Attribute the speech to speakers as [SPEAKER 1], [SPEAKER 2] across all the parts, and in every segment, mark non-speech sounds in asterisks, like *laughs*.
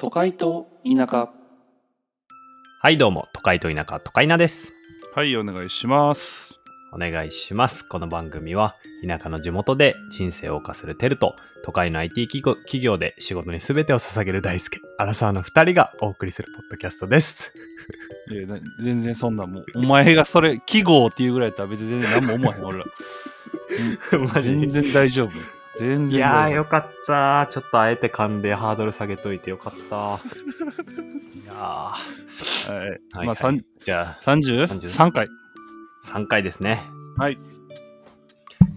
[SPEAKER 1] 都会と田舎
[SPEAKER 2] はいどうも、都会と田舎、都会なです。
[SPEAKER 3] はい、お願いします。
[SPEAKER 2] お願いします。この番組は、田舎の地元で人生を謳歌するテルと、都会の IT 企業企業で仕事に全てを捧げる大輔、アラサーの2人がお送りするポッドキャストです。
[SPEAKER 3] いや、な全然そんな、もう、お前がそれ、記号っていうぐらいだったら別に全然何も思わへん、俺ら。
[SPEAKER 2] *laughs* マジで
[SPEAKER 3] 全然大丈夫。全然大丈夫。
[SPEAKER 2] いやー、よかった。ちょっとあえて噛んでハードル下げといてよかった。 *laughs* いやー、は
[SPEAKER 3] はい
[SPEAKER 2] い、はい
[SPEAKER 3] まあ、さん
[SPEAKER 2] じゃあ、
[SPEAKER 3] 33回。
[SPEAKER 2] 3回ですね。
[SPEAKER 3] はい。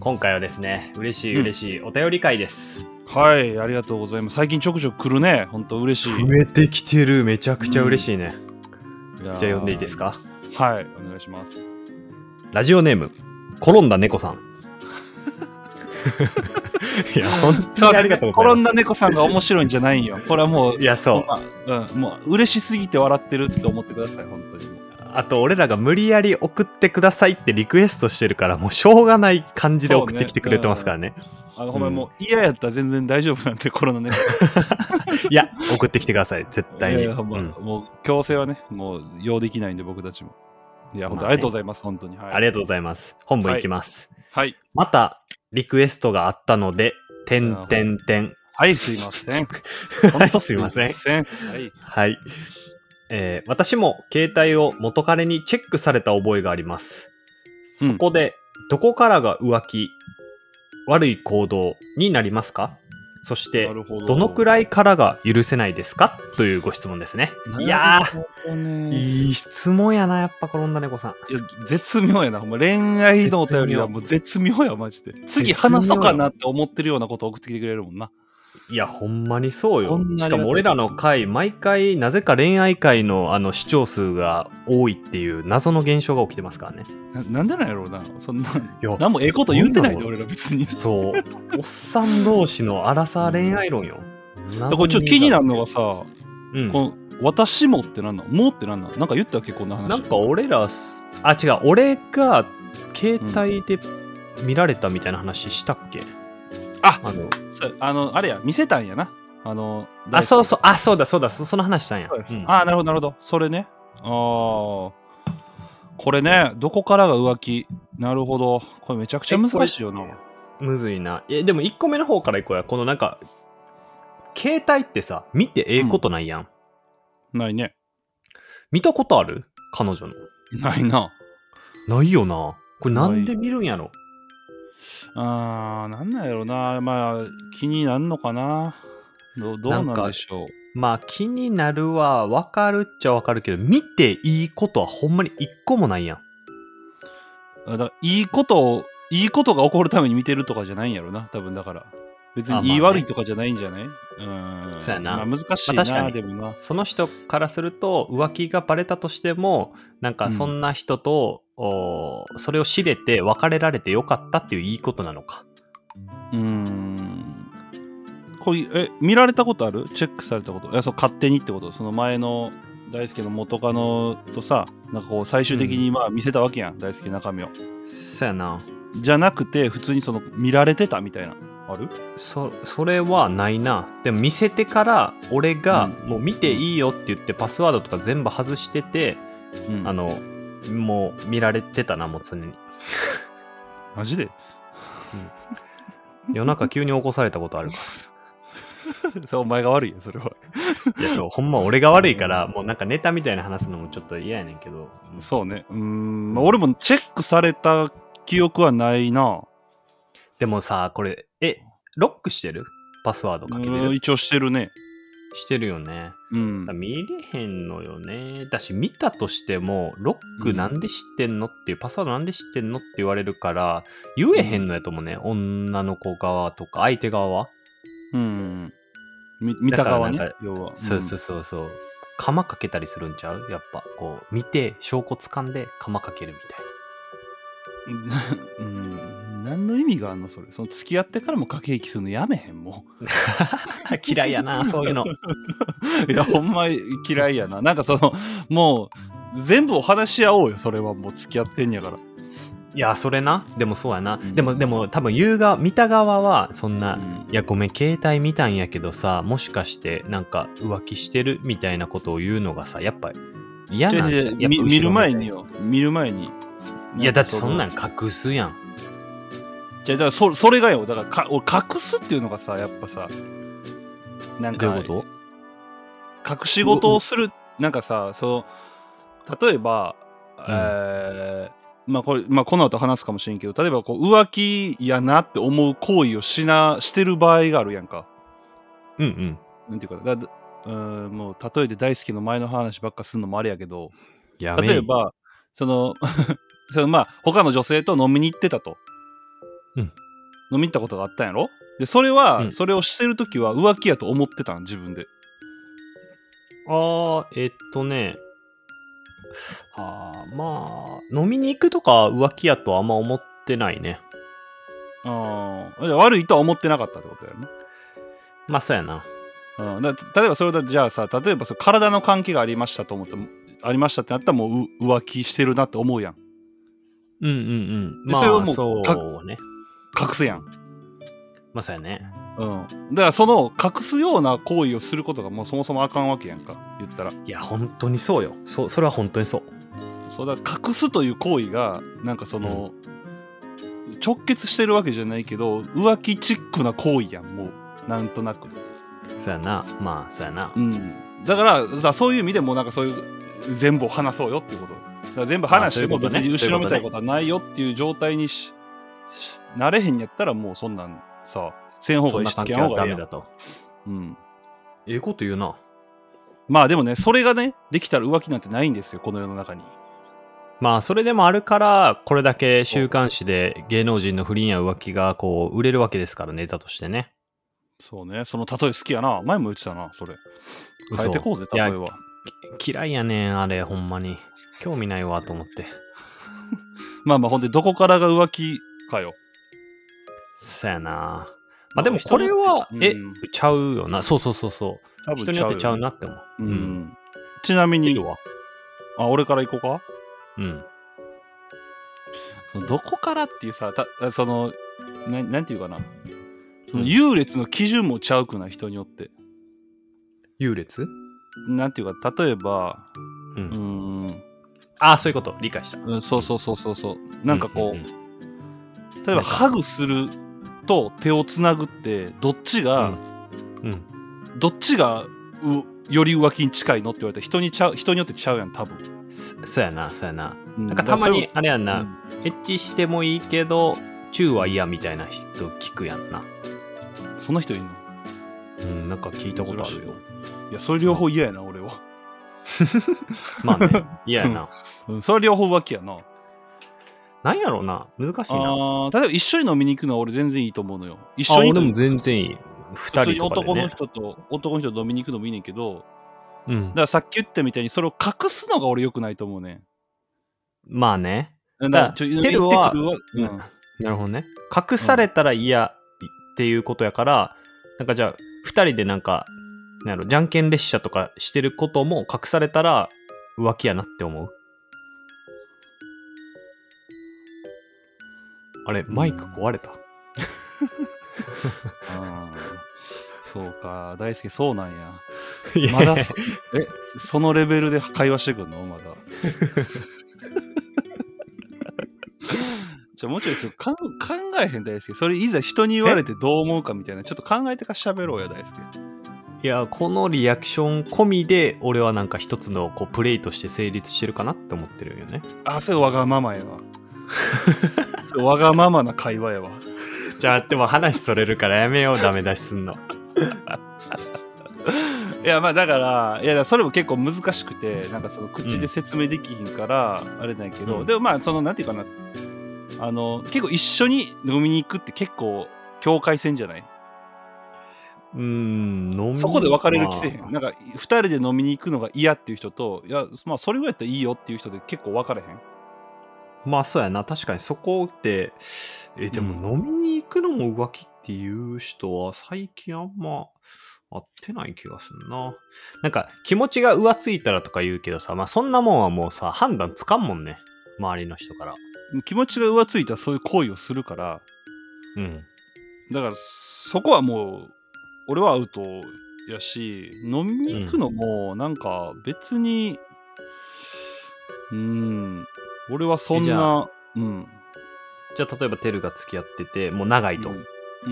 [SPEAKER 2] 今回はですね、嬉しい嬉しいお便り会です。
[SPEAKER 3] はい、ありがとうございます。最近ちょくちょく来るね。ほんと嬉しい。
[SPEAKER 2] えてきてる。めちゃくちゃ嬉しいね。
[SPEAKER 3] じゃ
[SPEAKER 2] じゃあ読んでいいですか
[SPEAKER 3] はい、お願いします。
[SPEAKER 2] ラジオネーム、転んだ猫さ
[SPEAKER 3] *laughs*
[SPEAKER 2] ん。いや、本当にありがとうござ
[SPEAKER 3] 転
[SPEAKER 2] い
[SPEAKER 3] ん
[SPEAKER 2] ま
[SPEAKER 3] だ猫さんが面白いんじゃないんよ。これはもう
[SPEAKER 2] す。い、や、そう。
[SPEAKER 3] まあうん、もう、嬉しすぎて笑ってるって思ってください、本当に。
[SPEAKER 2] あと、俺らが無理やり送ってくださいってリクエストしてるから、もうしょうがない感じで送ってきてくれてますからね。
[SPEAKER 3] あの、ほんまにもう、嫌やったら全然大丈夫なんで、 *laughs* コロナ猫
[SPEAKER 2] いや、送ってきてください、絶対
[SPEAKER 3] い
[SPEAKER 2] に。
[SPEAKER 3] やいやまあ
[SPEAKER 2] うん
[SPEAKER 3] もう強制はね、もう用できないんで僕たちも。いや、本当、
[SPEAKER 2] まあね
[SPEAKER 3] ありがとうございます、本当に。はい、
[SPEAKER 2] ありがとうございます。本文いきます。
[SPEAKER 3] はい、
[SPEAKER 2] また、リクエストがあったので、てんてんてん。
[SPEAKER 3] はい、すいませ
[SPEAKER 2] *laughs*
[SPEAKER 3] ん。
[SPEAKER 2] は
[SPEAKER 3] 本
[SPEAKER 2] い
[SPEAKER 3] 当
[SPEAKER 2] すいません。
[SPEAKER 3] せんはい、
[SPEAKER 2] はい。えー私も携帯を元彼にチェックされた覚えがあります。
[SPEAKER 3] うん
[SPEAKER 2] そこで、どこからが浮気、悪い行動になりますかそして
[SPEAKER 3] な、るほど。
[SPEAKER 2] どのくらいからが許せないですかというご質問ですね。いや
[SPEAKER 3] ー、
[SPEAKER 2] ー、
[SPEAKER 3] ね、
[SPEAKER 2] いい質問やな、やっぱ転んだ猫さん。
[SPEAKER 3] いや絶妙やな、ほんま恋愛のお便りはもう絶妙や、マジで。次話そうかなって思ってるようなこと送ってきてくれるもんな。
[SPEAKER 2] いや、ほんまにそう
[SPEAKER 3] こ
[SPEAKER 2] よ
[SPEAKER 3] んなに。
[SPEAKER 2] しかも俺らの回、毎回、なぜか恋愛回のあの視聴数が多いっていう謎の現象が起きてますからね。
[SPEAKER 3] ななんでなんやろうな、そんな、
[SPEAKER 2] いや、
[SPEAKER 3] 何もええこと言ってないで、
[SPEAKER 2] どん
[SPEAKER 3] 俺ら別に。
[SPEAKER 2] そう。おっさん同士の荒さ恋愛論よ。
[SPEAKER 3] だからこれちょっと気になるのがさ、
[SPEAKER 2] うん
[SPEAKER 3] この私もってなんなのもうってなんなのなんか言ったっけ、こんな話。
[SPEAKER 2] なんか俺ら、あ、違う、俺が携帯で見られたみたいな話したっけ
[SPEAKER 3] あ
[SPEAKER 2] あの
[SPEAKER 3] そうあの、あれや、見せたんやな。あの、
[SPEAKER 2] あ、そう
[SPEAKER 3] そ
[SPEAKER 2] そう、あ、そうだ、そうだ、そその話したんや。
[SPEAKER 3] うです
[SPEAKER 2] うん
[SPEAKER 3] ああ、なるほど、なるほど。それね。ああ。これね、どこからが浮気。なるほど。これめちゃくちゃ難しいよな。
[SPEAKER 2] むずいな。え、でも1個目の方からいこうや。このなんか、携帯ってさ、見てええことないやん。
[SPEAKER 3] ないね。
[SPEAKER 2] 見たことある彼女の。
[SPEAKER 3] ないな。
[SPEAKER 2] ないよな。これなんで
[SPEAKER 3] な
[SPEAKER 2] 見るんやろ
[SPEAKER 3] あー、なんなんやろな。まあ、気になんのかな。どどうなんでしょう。
[SPEAKER 2] まあ気になるはわかるっちゃわかるけど、見ていいことはほんまに一個もないやん。
[SPEAKER 3] あだからいいことを、いいことが起こるために見てるとかじゃないんやろな。多分だから。別
[SPEAKER 2] あまあ
[SPEAKER 3] に
[SPEAKER 2] ね
[SPEAKER 3] 言い悪いとかじゃないんじゃない、うん。
[SPEAKER 2] そうやな
[SPEAKER 3] まあ難しい
[SPEAKER 2] まあ確か
[SPEAKER 3] な、
[SPEAKER 2] に
[SPEAKER 3] でもな。
[SPEAKER 2] その人からすると浮気がバレたとしても、なんかそんな人と、おーそれを知れて別れられてよかったっていういいことなのか。
[SPEAKER 3] うーん。こういう、え、見られたことあるチェックされたこといや、そう、勝手にってことその前の大輔の元カノとさ、なんかこう、最終的にまあ見せたわけやん、大輔の中身を。
[SPEAKER 2] そやな。
[SPEAKER 3] じゃなくて、普通にその、見られてたみたいな。ある
[SPEAKER 2] そそれはないなでも見せてから俺が
[SPEAKER 3] うん
[SPEAKER 2] もう見ていいよって言ってパスワードとか全部外してて、
[SPEAKER 3] うん。
[SPEAKER 2] あのもう見られてたなもう常に
[SPEAKER 3] マジで *laughs*
[SPEAKER 2] 夜中急に起こされたことあるか
[SPEAKER 3] そう、お前が悪いよ、それは。
[SPEAKER 2] らいやそうほんま俺が悪いからもうなんかネタみたいな話すのもちょっと嫌やねんけど
[SPEAKER 3] そうね。うーん。まあ、俺もチェックされた記憶はないな。
[SPEAKER 2] でもさこれえロックしてるパスワードかけて
[SPEAKER 3] うん
[SPEAKER 2] る
[SPEAKER 3] 一応してるね。
[SPEAKER 2] してるよね
[SPEAKER 3] うん
[SPEAKER 2] だから。見れへんのよねだし見たとしてもロックなんで知ってんのっていう、パスワードなんで知ってんのって言われるから言えへんのやと思うね、女の子側とか相手側は、
[SPEAKER 3] うん。み見た側ね
[SPEAKER 2] だからなんか。
[SPEAKER 3] 要は。
[SPEAKER 2] そうそうそうそう鎌かけたりするんちゃうやっぱこう見て証拠掴んで鎌かけるみたいな *laughs*
[SPEAKER 3] な *laughs* うん、何の意味があんのそれその付き合ってからも駆け引きするのやめへんも
[SPEAKER 2] 嫌いやなそういうの
[SPEAKER 3] ういやほん *laughs* ま嫌いやななんかそのもう全部を話し合おうよそれはもう付き合ってんやから
[SPEAKER 2] いや、それな。でもそうやな。
[SPEAKER 3] うん
[SPEAKER 2] でも、でも、多分言うが、見た側は、そんな、
[SPEAKER 3] うん
[SPEAKER 2] いや、ごめん、携帯見たんやけどさ、もしかして、なんか、浮気してるみたいなことを言うのがさ、やっぱ、嫌
[SPEAKER 3] 違
[SPEAKER 2] なん
[SPEAKER 3] う
[SPEAKER 2] じ
[SPEAKER 3] 違
[SPEAKER 2] ゃ
[SPEAKER 3] う
[SPEAKER 2] ん
[SPEAKER 3] 違うみ
[SPEAKER 2] やっぱ後ろ
[SPEAKER 3] 見る前に
[SPEAKER 2] め
[SPEAKER 3] よ見る前に
[SPEAKER 2] いや、だってそんなんん隠すやん。
[SPEAKER 3] じゃあだからそそれがよだからか俺隠すっていうのがさやっぱさなん
[SPEAKER 2] どう
[SPEAKER 3] か
[SPEAKER 2] いうこ
[SPEAKER 3] 隠し事をするなんかさその例えば、
[SPEAKER 2] ん
[SPEAKER 3] えーまあこれまあ、この後話すかもしれんけど例えばこう浮気やなって思う行為をしなしてる場合があるやんか
[SPEAKER 2] とうんうん。
[SPEAKER 3] なんていうかだだうーんもう例えて大好きの前の話ばっかするのもあれやけど
[SPEAKER 2] やめい
[SPEAKER 3] 例え、ばその *laughs* そのまあ他の女性と飲みに行ってたと、
[SPEAKER 2] うん
[SPEAKER 3] 飲みに行ったことがあったんやろでそれは、
[SPEAKER 2] うん
[SPEAKER 3] それをしてる時は浮気やと思ってたん自分で
[SPEAKER 2] あー、えっとね、あー、まあ、飲みに行くとか浮気やとはあんま思ってないね。
[SPEAKER 3] ああ悪いとは思ってなかったってことやね
[SPEAKER 2] まあ、そうやな。
[SPEAKER 3] うん、だ例えばそれだじゃあさ例えばその体の関係がありましたと思ってありましたってなったらもうう浮気してるなって思うやん
[SPEAKER 2] うんうんうん。
[SPEAKER 3] で
[SPEAKER 2] まあ、
[SPEAKER 3] それをもう
[SPEAKER 2] そうね。
[SPEAKER 3] 隠すやん、
[SPEAKER 2] まあ、そうやね。
[SPEAKER 3] うん、だからその隠すような行為をすることがもうそもそもあかんわけやんか言ったら
[SPEAKER 2] いや、本当にそうよ。そう、それは本当にそう。
[SPEAKER 3] そうだから隠すという行為がなんかその、直結してるわけじゃないけど浮気チックな行為やんもうなんとなく、
[SPEAKER 2] そうやな。まあ、そうやな
[SPEAKER 3] う。ん、だからさそういう意味でもなんかそういう全部を話そうよっていうことだから全部話しても
[SPEAKER 2] あそういうこと
[SPEAKER 3] 別
[SPEAKER 2] ね
[SPEAKER 3] に後ろみた
[SPEAKER 2] そう
[SPEAKER 3] い
[SPEAKER 2] い
[SPEAKER 3] な
[SPEAKER 2] うこ
[SPEAKER 3] こ
[SPEAKER 2] と
[SPEAKER 3] はないよっていう状態にししなれへんやったらもうそんなんさせん方
[SPEAKER 2] そん
[SPEAKER 3] がいい
[SPEAKER 2] な
[SPEAKER 3] しつ
[SPEAKER 2] 関
[SPEAKER 3] け
[SPEAKER 2] 係
[SPEAKER 3] ん方
[SPEAKER 2] は
[SPEAKER 3] が
[SPEAKER 2] ダ
[SPEAKER 3] いい
[SPEAKER 2] メ
[SPEAKER 3] やん
[SPEAKER 2] だと。
[SPEAKER 3] うん、
[SPEAKER 2] ええこと言うな。
[SPEAKER 3] まあでもねそれがねできたら浮気なんてないんですよこの世の中に
[SPEAKER 2] まあ、それでもあるから、これだけ週刊誌で芸能人の不倫や浮気がこう、売れるわけですから、ネタとしてね。
[SPEAKER 3] そうねその例え好きやな前も言ってたなそれ
[SPEAKER 2] 嘘
[SPEAKER 3] 変えてこうぜ
[SPEAKER 2] い
[SPEAKER 3] 例
[SPEAKER 2] や
[SPEAKER 3] えは
[SPEAKER 2] き嫌いやねん、あれ、ほんまに。興味ないわ、と思って。
[SPEAKER 3] まあまあほんでどこからが浮気かよ。
[SPEAKER 2] そうやな。まあ、でもこれは
[SPEAKER 3] 人、に
[SPEAKER 2] え
[SPEAKER 3] よってうん、
[SPEAKER 2] ちゃうよな。そうそうそうそう。
[SPEAKER 3] 多
[SPEAKER 2] 人によってちゃうな
[SPEAKER 3] な。
[SPEAKER 2] って思う。
[SPEAKER 3] うん。。ちなみ
[SPEAKER 2] い
[SPEAKER 3] に
[SPEAKER 2] る、わ。
[SPEAKER 3] あ、俺から行こうか
[SPEAKER 2] うん。
[SPEAKER 3] そのどこからっていうさ、たそのな、なんていうかな。その
[SPEAKER 2] うん
[SPEAKER 3] 優劣の基準もちゃうくない人によって。
[SPEAKER 2] 優劣
[SPEAKER 3] なんていうか、例えば、
[SPEAKER 2] う
[SPEAKER 3] うー
[SPEAKER 2] ん。
[SPEAKER 3] ん、
[SPEAKER 2] ああ、そういうこと。理解した。
[SPEAKER 3] うん、そうそうそうそうそう。なんか
[SPEAKER 2] う
[SPEAKER 3] こう、
[SPEAKER 2] う
[SPEAKER 3] 例
[SPEAKER 2] な
[SPEAKER 3] えば
[SPEAKER 2] んか
[SPEAKER 3] ハグすると手をつなぐって、どっちが、
[SPEAKER 2] うんうん。
[SPEAKER 3] どっちがうより浮気に近いのって言われたら人にちゃう人によってちゃうやん、多分。
[SPEAKER 2] そそうやな、そうやな。
[SPEAKER 3] う
[SPEAKER 2] なんかたまに、、あれやん
[SPEAKER 3] だらそれ
[SPEAKER 2] な、エッチしてもいいけど、チューは嫌みたいな人聞くやんな。
[SPEAKER 3] うんそんな人いるの
[SPEAKER 2] うん、なんか聞いたことあるよ。
[SPEAKER 3] いや、それ両方嫌やな、俺は。
[SPEAKER 2] まあ
[SPEAKER 3] *laughs*
[SPEAKER 2] ね、嫌やな。
[SPEAKER 3] うん、それ両方浮気やな。
[SPEAKER 2] なんやろうな、難しいな。
[SPEAKER 3] あー例えば一緒に飲みに行くのは俺全然いいと思うのよ。一
[SPEAKER 2] あ、
[SPEAKER 3] 緒に
[SPEAKER 2] 俺
[SPEAKER 3] と
[SPEAKER 2] も全然いい。二
[SPEAKER 3] 普通に
[SPEAKER 2] 人とかで
[SPEAKER 3] 男の
[SPEAKER 2] ね。
[SPEAKER 3] 人と男の人と飲みに行くのもいいねんけど、
[SPEAKER 2] う
[SPEAKER 3] だ
[SPEAKER 2] ん
[SPEAKER 3] か。らさっき言ったみたいにそれを隠すのが俺良くないと思うねん。
[SPEAKER 2] まあね。
[SPEAKER 3] だ
[SPEAKER 2] だから
[SPEAKER 3] ちょ言っ
[SPEAKER 2] テ
[SPEAKER 3] てく
[SPEAKER 2] ル
[SPEAKER 3] る
[SPEAKER 2] は
[SPEAKER 3] わうん
[SPEAKER 2] ななるほどね。隠されたら嫌っていうことやから、なんかじゃあ、二人でなんか、なんやろ、じゃんけん列車とかしてることも隠されたら浮気やなって思う。あれ、マイク壊れた。
[SPEAKER 3] あーそうか、大輔そうなんや。
[SPEAKER 2] いや
[SPEAKER 3] まだそえ、そのレベルで会話してくんの
[SPEAKER 2] *laughs*
[SPEAKER 3] まだ。じゃあもうちろん考えへん大輔それいざ人に言われてどう思うかみたいなちょっと考えてから喋ろうや大輔
[SPEAKER 2] いや、このリアクション込みで、俺はなんか一つのこうプレイとして成立してるかなって思ってるよね。
[SPEAKER 3] あそれわがままやわ *laughs* それわがままな会話やわ
[SPEAKER 2] じゃあ、でも話それるからやめよう、ダメ出しすんの。
[SPEAKER 3] いやまあだからいやだからそれも結構難しくてなんかその口で説明できひんからあれなんやけど、
[SPEAKER 2] うん
[SPEAKER 3] でもまあそのなんていうかなあの結構一緒に飲みに行くって結構境界線じゃないう
[SPEAKER 2] ーん、飲み
[SPEAKER 3] そこで別れる気せえへ
[SPEAKER 2] まあ
[SPEAKER 3] ん。なんか、2人で飲みに行くのが嫌っていう人と、いや、まあ、それぐらいやったらいいよっていう人で結構分かれへん。
[SPEAKER 2] まあそうやな確かにそこってえでも飲みに行くのも浮気っていう人は最近あんま合ってない気がするななんか気持ちが浮ついたらとか言うけどさまあそんなもんはもうさ判断つかんもんね周りの人から
[SPEAKER 3] 気持ちが浮ついたそういう行為をするから
[SPEAKER 2] うん。
[SPEAKER 3] だからそこはもう俺はアウトやし飲みに行くのもなんか別にうん俺はそん
[SPEAKER 2] えじゃ
[SPEAKER 3] なうん、
[SPEAKER 2] じゃあ、例えば、テルが付き合ってて、もう長いと。
[SPEAKER 3] うん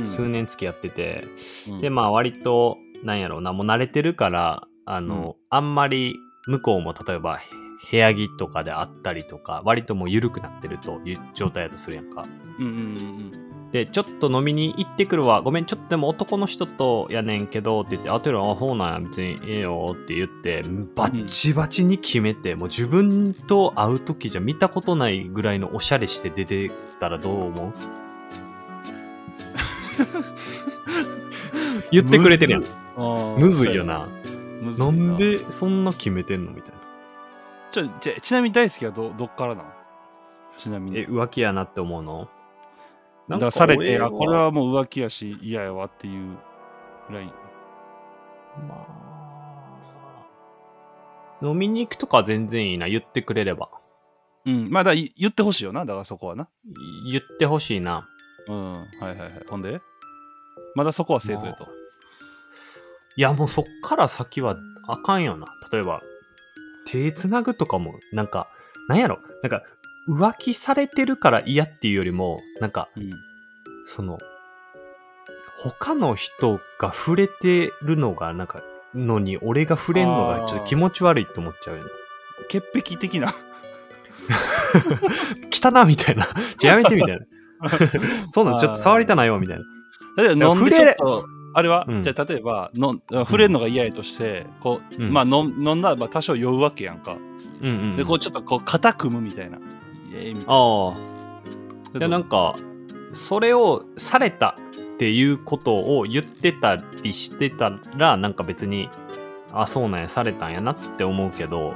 [SPEAKER 2] 数年付き合ってて、
[SPEAKER 3] うん
[SPEAKER 2] で、まあ、割と、なんやろうな、もう慣れてるから、あの、あんまり、向こうも、例えば、部屋着とかであったりとか、割ともう緩くなってるという状態だとするやんか。
[SPEAKER 3] うんうん
[SPEAKER 2] で、ちょっと飲みに行ってくるわ。ごめん、ちょっとでも男の人とやねんけどって言って、あとよりあ、ほうなんや、別にええよって言って、バッチバチに決めて、もう自分と会う時じゃ見たことないぐらいのおしゃれして出てたらどう
[SPEAKER 3] *laughs*
[SPEAKER 2] 思う言ってくれてるやん
[SPEAKER 3] む。うん
[SPEAKER 2] むずいよな。
[SPEAKER 3] むずい
[SPEAKER 2] なんでそんな決めてんのみたいな。
[SPEAKER 3] ちょちょちなみに大好きはどどっからなのちなみ
[SPEAKER 2] え、
[SPEAKER 3] に
[SPEAKER 2] 浮気やなって思うのなん
[SPEAKER 3] 出
[SPEAKER 2] か
[SPEAKER 3] され
[SPEAKER 2] 俺
[SPEAKER 3] てあこれはもう浮気やし嫌やわっていうライン
[SPEAKER 2] まあ飲みに行くとかは全然いいな言ってくれれば
[SPEAKER 3] うんまあだから言ってほしいよなだからそこはな
[SPEAKER 2] 言ってほしいな
[SPEAKER 3] うんはいはいはいほんでまだそこは生徒やと
[SPEAKER 2] いやもうそっから先はあかんよな例えば手つなぐとかもなんかなんやろなんか浮気されてるから嫌っていうよりもなんか
[SPEAKER 3] うん
[SPEAKER 2] その他の人が触れてるのがなんかのに俺が触れんのがちょっと気持ち悪いって思っちゃうよね
[SPEAKER 3] 潔癖 *laughs* 的な
[SPEAKER 2] 来たなみたいな *laughs* ちょやめてみたいな *laughs* そんなんちょっと触りたないよみたいな
[SPEAKER 3] 例えば飲んでちょっとあれは、
[SPEAKER 2] うん
[SPEAKER 3] じゃあ例えばの触れるのが嫌やとしてこう、
[SPEAKER 2] うん
[SPEAKER 3] まあ飲ん飲んだらまあ多少酔うわけやんか、
[SPEAKER 2] うんうんうん
[SPEAKER 3] でこうちょっとこう肩組むみたいなイエーイみたい
[SPEAKER 2] ああ。
[SPEAKER 3] ない
[SPEAKER 2] や、なんか、それをされたっていうことを言ってたりしてたら、なんか別に、あ、そうなんや、されたんやなって思うけど、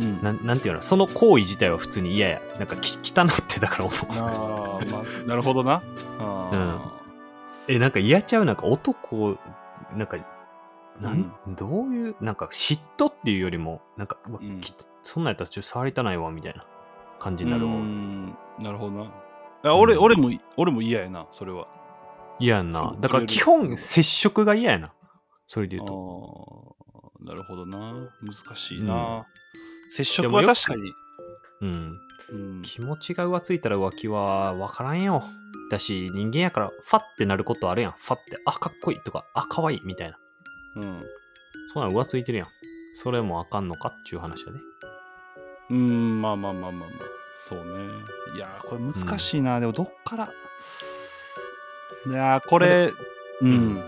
[SPEAKER 3] うん
[SPEAKER 2] なんなんていうの、その行為自体は普通に嫌や。なんかき、汚ってだから思う。 *laughs*
[SPEAKER 3] あー、まあ、なるほどな。あ
[SPEAKER 2] え、なんか嫌ちゃう、なんか男、なんか、なん、どういう、なんか嫉妬っていうよりも、なんか、うわ
[SPEAKER 3] うん
[SPEAKER 2] きそんなんやったらちょっと触りたないわ、みたいな感じ
[SPEAKER 3] ー
[SPEAKER 2] になるわ。
[SPEAKER 3] うんなるほどな。あ俺、
[SPEAKER 2] うん
[SPEAKER 3] 俺も、俺も嫌やな、それは。
[SPEAKER 2] 嫌やんな
[SPEAKER 3] そ。
[SPEAKER 2] だから
[SPEAKER 3] それより
[SPEAKER 2] 基本、接触が嫌やな。それで
[SPEAKER 3] あ
[SPEAKER 2] 言うと。
[SPEAKER 3] ーなるほどな。難しいうな。接
[SPEAKER 2] で
[SPEAKER 3] 触
[SPEAKER 2] も
[SPEAKER 3] は
[SPEAKER 2] よく
[SPEAKER 3] 確かに。
[SPEAKER 2] うん。
[SPEAKER 3] うん
[SPEAKER 2] 気持ちが浮ついたら浮気は分からんよ。だし、人間やから、ファってなることあるやん。ファって、あ、かっこいいとか、あ、かわいいみたいな。
[SPEAKER 3] うん
[SPEAKER 2] そんなん浮ついてるやん。それもあかんのかっちゅう話だね。
[SPEAKER 3] うん、まあまあまあまあまあ。そうね。いやー、これ難しいな。でも、どっから。いやー、これ、うん。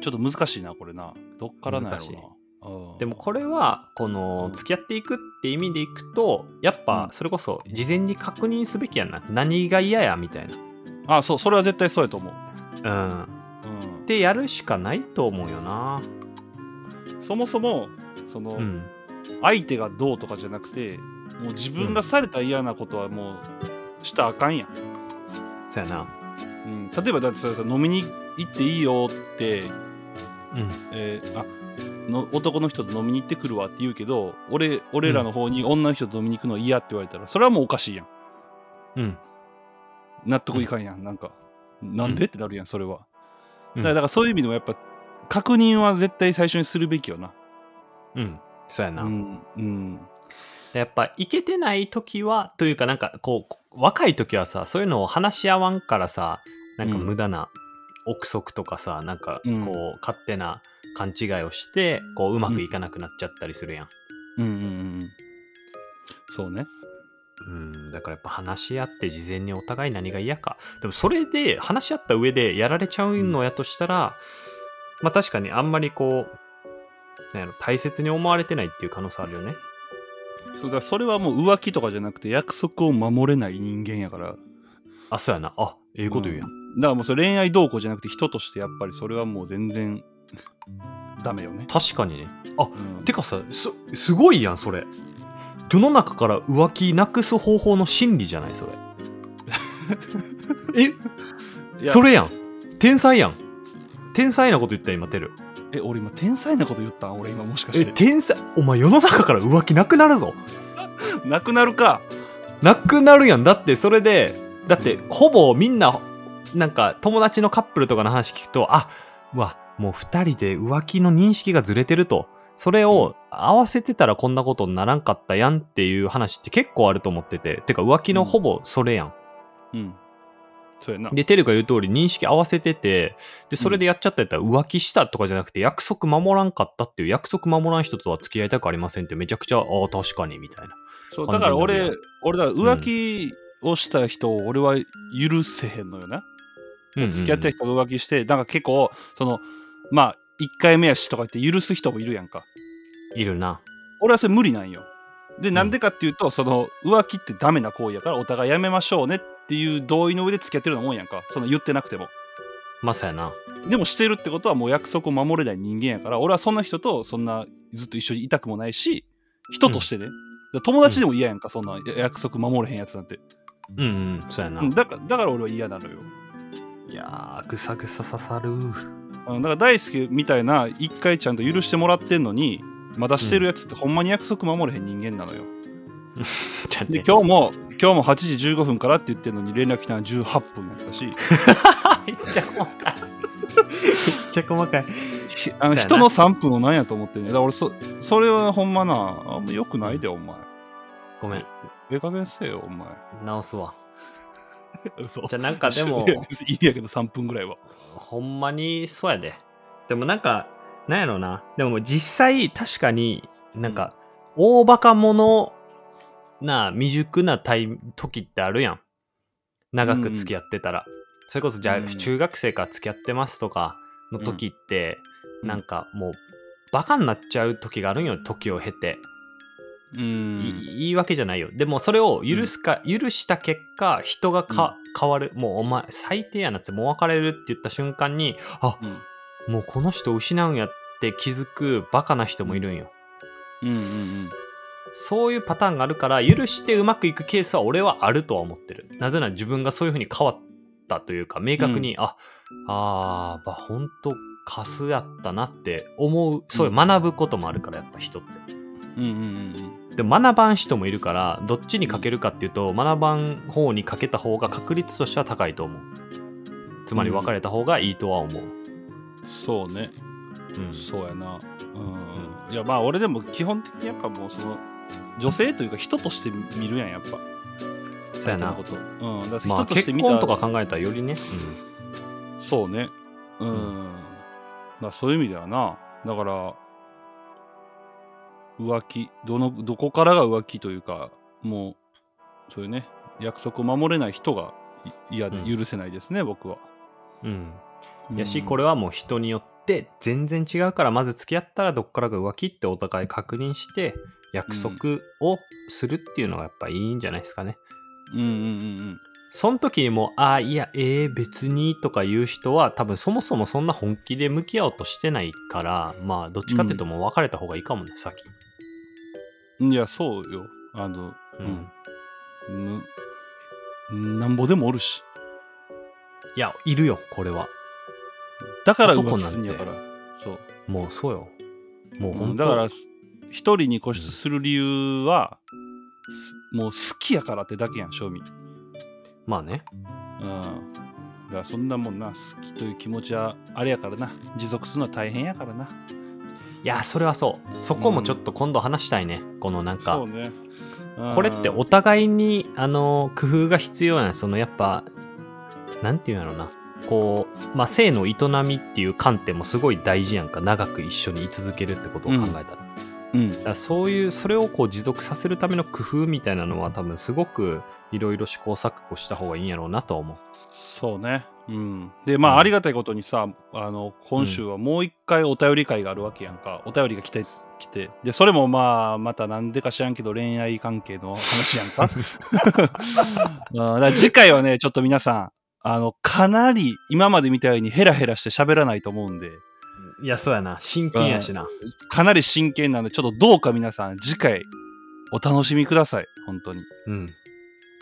[SPEAKER 3] ちょっと難しいな、これな。どっからなんやろうな
[SPEAKER 2] 難し
[SPEAKER 3] うん。
[SPEAKER 2] でもこれは、この
[SPEAKER 3] う、ん
[SPEAKER 2] 付き合っていくって意味でいくと、やっぱ
[SPEAKER 3] う、ん
[SPEAKER 2] それこそ、事前に確認すべきやんな。何が嫌や、みたい
[SPEAKER 3] あ、そう、それは絶対そうやと思う。
[SPEAKER 2] な。うん。
[SPEAKER 3] うん
[SPEAKER 2] で、やるしかないと思うよな。
[SPEAKER 3] そもそもその、
[SPEAKER 2] うん。
[SPEAKER 3] 相手がどうとかじゃなくてもう自分がされた嫌なことはもうしたらあかんやん、
[SPEAKER 2] そうやな。
[SPEAKER 3] うん、例えばだってそれさ飲みに行っていいよって、
[SPEAKER 2] うん。
[SPEAKER 3] えーあの男の人と飲みに行ってくるわって言うけど俺俺らの方に女の人と飲みに行くの嫌って言われたらそれはもうおかしいやん
[SPEAKER 2] うん。
[SPEAKER 3] 納得いかんやんなんかなんでってなるやんそれは
[SPEAKER 2] うん
[SPEAKER 3] だからだからそういう意味でもやっぱ確認は絶対最初にするべきよな
[SPEAKER 2] うん。そうやな。
[SPEAKER 3] うんうん
[SPEAKER 2] でやっぱ、いけてない時は、というかなんか、こうこ、若い時はさ、そういうのを話し合わんからさ、なんか
[SPEAKER 3] うん
[SPEAKER 2] 無駄な憶測とかさ、なんか、こう、
[SPEAKER 3] うん
[SPEAKER 2] 勝手な勘違いをして、こう、うまくいかなくなっちゃったりするやん。
[SPEAKER 3] うんうんうんそうね
[SPEAKER 2] うん、だからやっぱ話し合って事前にお互い何が嫌か。でもそれで話し合った上でやられちゃうのやとしたら、まあ確かにあんまりこう、なんやろ、大切に思われてないっていう可能性あるよね。
[SPEAKER 3] そうだからそれはもう浮気とかじゃなくて約束を守れない人間やから。
[SPEAKER 2] あ、そうやな。あ、ええこと言うやん。
[SPEAKER 3] だからもうそれ恋愛動向じゃなくて人としてやっぱりそれはもう全然ダメよね。
[SPEAKER 2] 確かにね。
[SPEAKER 3] うん
[SPEAKER 2] てかさすすごいやんそれ世の中から浮気なくす方法の真理じゃないそれえ
[SPEAKER 3] いや
[SPEAKER 2] それやん天才やん天才なこと言った今テル
[SPEAKER 3] え俺今天才なこと言ったん俺今もしか
[SPEAKER 2] え
[SPEAKER 3] して。
[SPEAKER 2] 天才お前世の中から浮気なくなるぞ
[SPEAKER 3] なくなるか。
[SPEAKER 2] なくなるやんだってそれでだってほぼみんななんか友達のカップルとかの話聞くとあうわもう2人で浮気の認識がずれてるとそれを合わせてたらこんなことにならんかったやんっていう話って結構あると思ってててか浮気のほぼそれやん、
[SPEAKER 3] うん。そうやな。
[SPEAKER 2] でテルが言う通り認識合わせててでそれでやっちゃったやったら浮気したとかじゃなくて約束守らんかったっていう約束守らん人とは付き合いたくありませんってめちゃくちゃああ確かにみたいな
[SPEAKER 3] そう
[SPEAKER 2] 感じ
[SPEAKER 3] だ
[SPEAKER 2] に
[SPEAKER 3] から
[SPEAKER 2] な
[SPEAKER 3] 俺
[SPEAKER 2] る、
[SPEAKER 3] 俺だから浮気をした人を俺は許せへんのよな。
[SPEAKER 2] うんうんうん
[SPEAKER 3] 付き合ってる人が浮気して、なんか結構、その、まあ、1回目やしとか言って許す人もいるやんか。
[SPEAKER 2] いるな
[SPEAKER 3] 俺はそれ無理なんよ。で、
[SPEAKER 2] ん
[SPEAKER 3] なんでかっていうと、その浮気ってダメな行為やから、お互いやめましょうねっていう同意の上で付き合ってるようなもんやんか。その言ってなくても。
[SPEAKER 2] まさやな
[SPEAKER 3] でもしてるってことはもう約束を守れない人間やから、俺はそんな人とそんなずっと一緒にいたくもないし、人としてね。だから友達でも嫌やんか、そんなや約束守れへんやつなんて。
[SPEAKER 2] うんうんそうやな、
[SPEAKER 3] うんだからだから俺は嫌なのよ。
[SPEAKER 2] いやーぐさぐさ刺さる
[SPEAKER 3] うんだから大輔みたいな一回ちゃんと許してもらってんのにまだしてるやつってほんまに約束守れへん人間なのよ。
[SPEAKER 2] ちゃんと
[SPEAKER 3] で今日も今日も8時15分からって言ってんのに連絡来たのは18分やっ
[SPEAKER 2] *laughs*
[SPEAKER 3] たし
[SPEAKER 2] めっちゃ細かいめっちゃ細かい
[SPEAKER 3] ひあ
[SPEAKER 2] そう
[SPEAKER 3] の
[SPEAKER 2] やな
[SPEAKER 3] 人の3分を何やと思ってんねんだから俺そそれはほんまなあんまよくないでお前。
[SPEAKER 2] ごめん
[SPEAKER 3] ええ加減せえよ
[SPEAKER 2] *laughs*
[SPEAKER 3] お前。
[SPEAKER 2] 直すわ
[SPEAKER 3] 嘘
[SPEAKER 2] じゃあなんかで
[SPEAKER 3] *laughs*
[SPEAKER 2] も
[SPEAKER 3] いや別にいいやけど3分ぐらいは。
[SPEAKER 2] ほんまにそうやででもなんかなんやろなでも実際確かになんか大バカ者な未熟なタイミ時ってあるやん長く付き合ってたら、それこそじゃ
[SPEAKER 3] うん
[SPEAKER 2] あ中学生から付き合ってますとかの時って、
[SPEAKER 3] うん
[SPEAKER 2] なんかもうバカになっちゃう時があるんよ時を経て、
[SPEAKER 3] う
[SPEAKER 2] い
[SPEAKER 3] ん。
[SPEAKER 2] いいわけじゃないよでもそれを許すか、許した結果人がか、変わるもうお前最低やなってもう別れるって言った瞬間にあ
[SPEAKER 3] うん
[SPEAKER 2] もうこの人失うんやって気づくバカな人もいるんよ
[SPEAKER 3] うんうんうん
[SPEAKER 2] そういうパターンがあるから許してうまくいくケースは俺はあるとは思ってるなぜなら自分がそういうふうに変わったというか明確に、ああーまあほんとカスやったなって思うそういう学ぶこともあるからやっぱ人って
[SPEAKER 3] うんうんうん
[SPEAKER 2] でも学ばん人もいるからどっちにかけるかっていうと学ばん方にかけた方が確率としては高いと思うつまり別れた方がいいとは思う、
[SPEAKER 3] うん。そうね。
[SPEAKER 2] うん
[SPEAKER 3] そうやなうん、いやまあ俺でも基本的にやっぱもうその女性というか人として見るやんやっぱ
[SPEAKER 2] そうやな
[SPEAKER 3] 相手のことうんだから
[SPEAKER 2] ま
[SPEAKER 3] 人
[SPEAKER 2] あ
[SPEAKER 3] とし
[SPEAKER 2] 結
[SPEAKER 3] て見た、
[SPEAKER 2] 婚とか考えたらよりね、
[SPEAKER 3] そうねうん、だからそういう意味ではなだから浮気どのどこからが浮気というかもうそういうね約束を守れない人がい嫌で
[SPEAKER 2] うん
[SPEAKER 3] 許せないですね、僕は
[SPEAKER 2] うんうん、やし
[SPEAKER 3] うん
[SPEAKER 2] これはもう人によって全然違うからまず付き合ったらどっからが浮気ってお互い確認して約束をするっていうのがやっぱいいんじゃないですかね
[SPEAKER 3] うんうんうん
[SPEAKER 2] その時にもうああいやええ別にとか言う人は多分そもそもそんな本気で向き合おうとしてないからまあどっちかっていうともう別れた方がいいかもね、さっき、
[SPEAKER 3] うんいやそうよあの
[SPEAKER 2] うん
[SPEAKER 3] うんむなんぼでもおるし
[SPEAKER 2] いやいるよこれは
[SPEAKER 3] だから浮
[SPEAKER 2] 男
[SPEAKER 3] 気
[SPEAKER 2] なん
[SPEAKER 3] す
[SPEAKER 2] て
[SPEAKER 3] んやからそう、
[SPEAKER 2] もうそうよもう
[SPEAKER 3] う
[SPEAKER 2] 本
[SPEAKER 3] ん
[SPEAKER 2] 当、
[SPEAKER 3] だからす一人に固執する理由は、すもう好きやからってだけやん正味うん
[SPEAKER 2] まあね
[SPEAKER 3] だからそんなもんな好きという気持ちはあれやからな持続するのは大変やからない
[SPEAKER 2] やそれはそうそこもちょっと今度話したいね、このなんか
[SPEAKER 3] そうねうん
[SPEAKER 2] これってお互いにあの工夫が必要なんそのやっぱなんていうんやろうなこう、まあ、性の営みっていう観点もすごい大事やんか長く一緒に居続けるってことを考えたら,、だか
[SPEAKER 3] うん
[SPEAKER 2] らそういうそれをこう持続させるための工夫みたいなのは多分すごくいろいろ試行錯誤した方がいいんやろうなとは思う
[SPEAKER 3] そうねうんでまあ、
[SPEAKER 2] うん
[SPEAKER 3] ありがたいことにさあの今週はもう一回お便り会があるわけやんかお便りが来て来てでそれもまあまたなんでか知らんけど恋愛関係の話やん
[SPEAKER 2] *laughs*
[SPEAKER 3] かうんだから次回はねちょっと皆さんあのかなり今までみたいにヘラヘラして喋らないと思うんで
[SPEAKER 2] いやそうやな真剣やしな、
[SPEAKER 3] かなり真剣なんでちょっとどうか皆さん次回お楽しみください本当に
[SPEAKER 2] うん。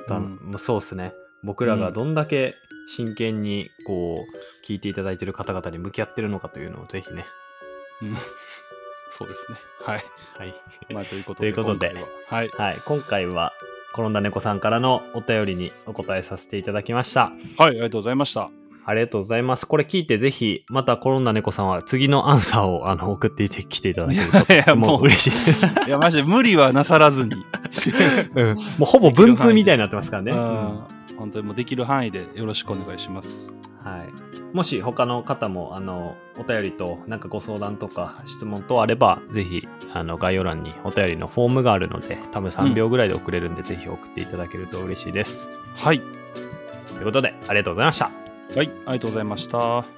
[SPEAKER 2] だ
[SPEAKER 3] うん
[SPEAKER 2] もうそうっすね。僕らがどんだけ真剣にこう聞いていただいてる方々に向き合ってるのかというのをぜひね。
[SPEAKER 3] そうですねはい、
[SPEAKER 2] はい。 *laughs*
[SPEAKER 3] まあ、ということ
[SPEAKER 2] と
[SPEAKER 3] で
[SPEAKER 2] いうことで
[SPEAKER 3] 今回ははい
[SPEAKER 2] はい。今回は転んだ猫さんからのお便りにお答えさせていただきました。
[SPEAKER 3] はい、ありがとうございました。
[SPEAKER 2] ありがとうございます。これ聞いてぜひ、またコロナ猫さんは次のアンサーをあの送ってきていただける
[SPEAKER 3] いや、
[SPEAKER 2] と、も
[SPEAKER 3] も
[SPEAKER 2] う嬉しい。
[SPEAKER 3] う、いや、マジで無理はなさらずに。
[SPEAKER 2] うん、もうほぼ文通みたいになってますからね。
[SPEAKER 3] う
[SPEAKER 2] うんん
[SPEAKER 3] 本当にもうできる範囲でよろしくお願いします。
[SPEAKER 2] はい、もし他の方もあのお便りとなんかご相談とか質問等あればぜひあの概要欄にお便りのフォームがあるので多分3秒ぐらいで送れるんで、ぜひ送っていただけると嬉しいです。
[SPEAKER 3] はい。
[SPEAKER 2] ということでありがとうございました。
[SPEAKER 3] はい、ありがとうございました。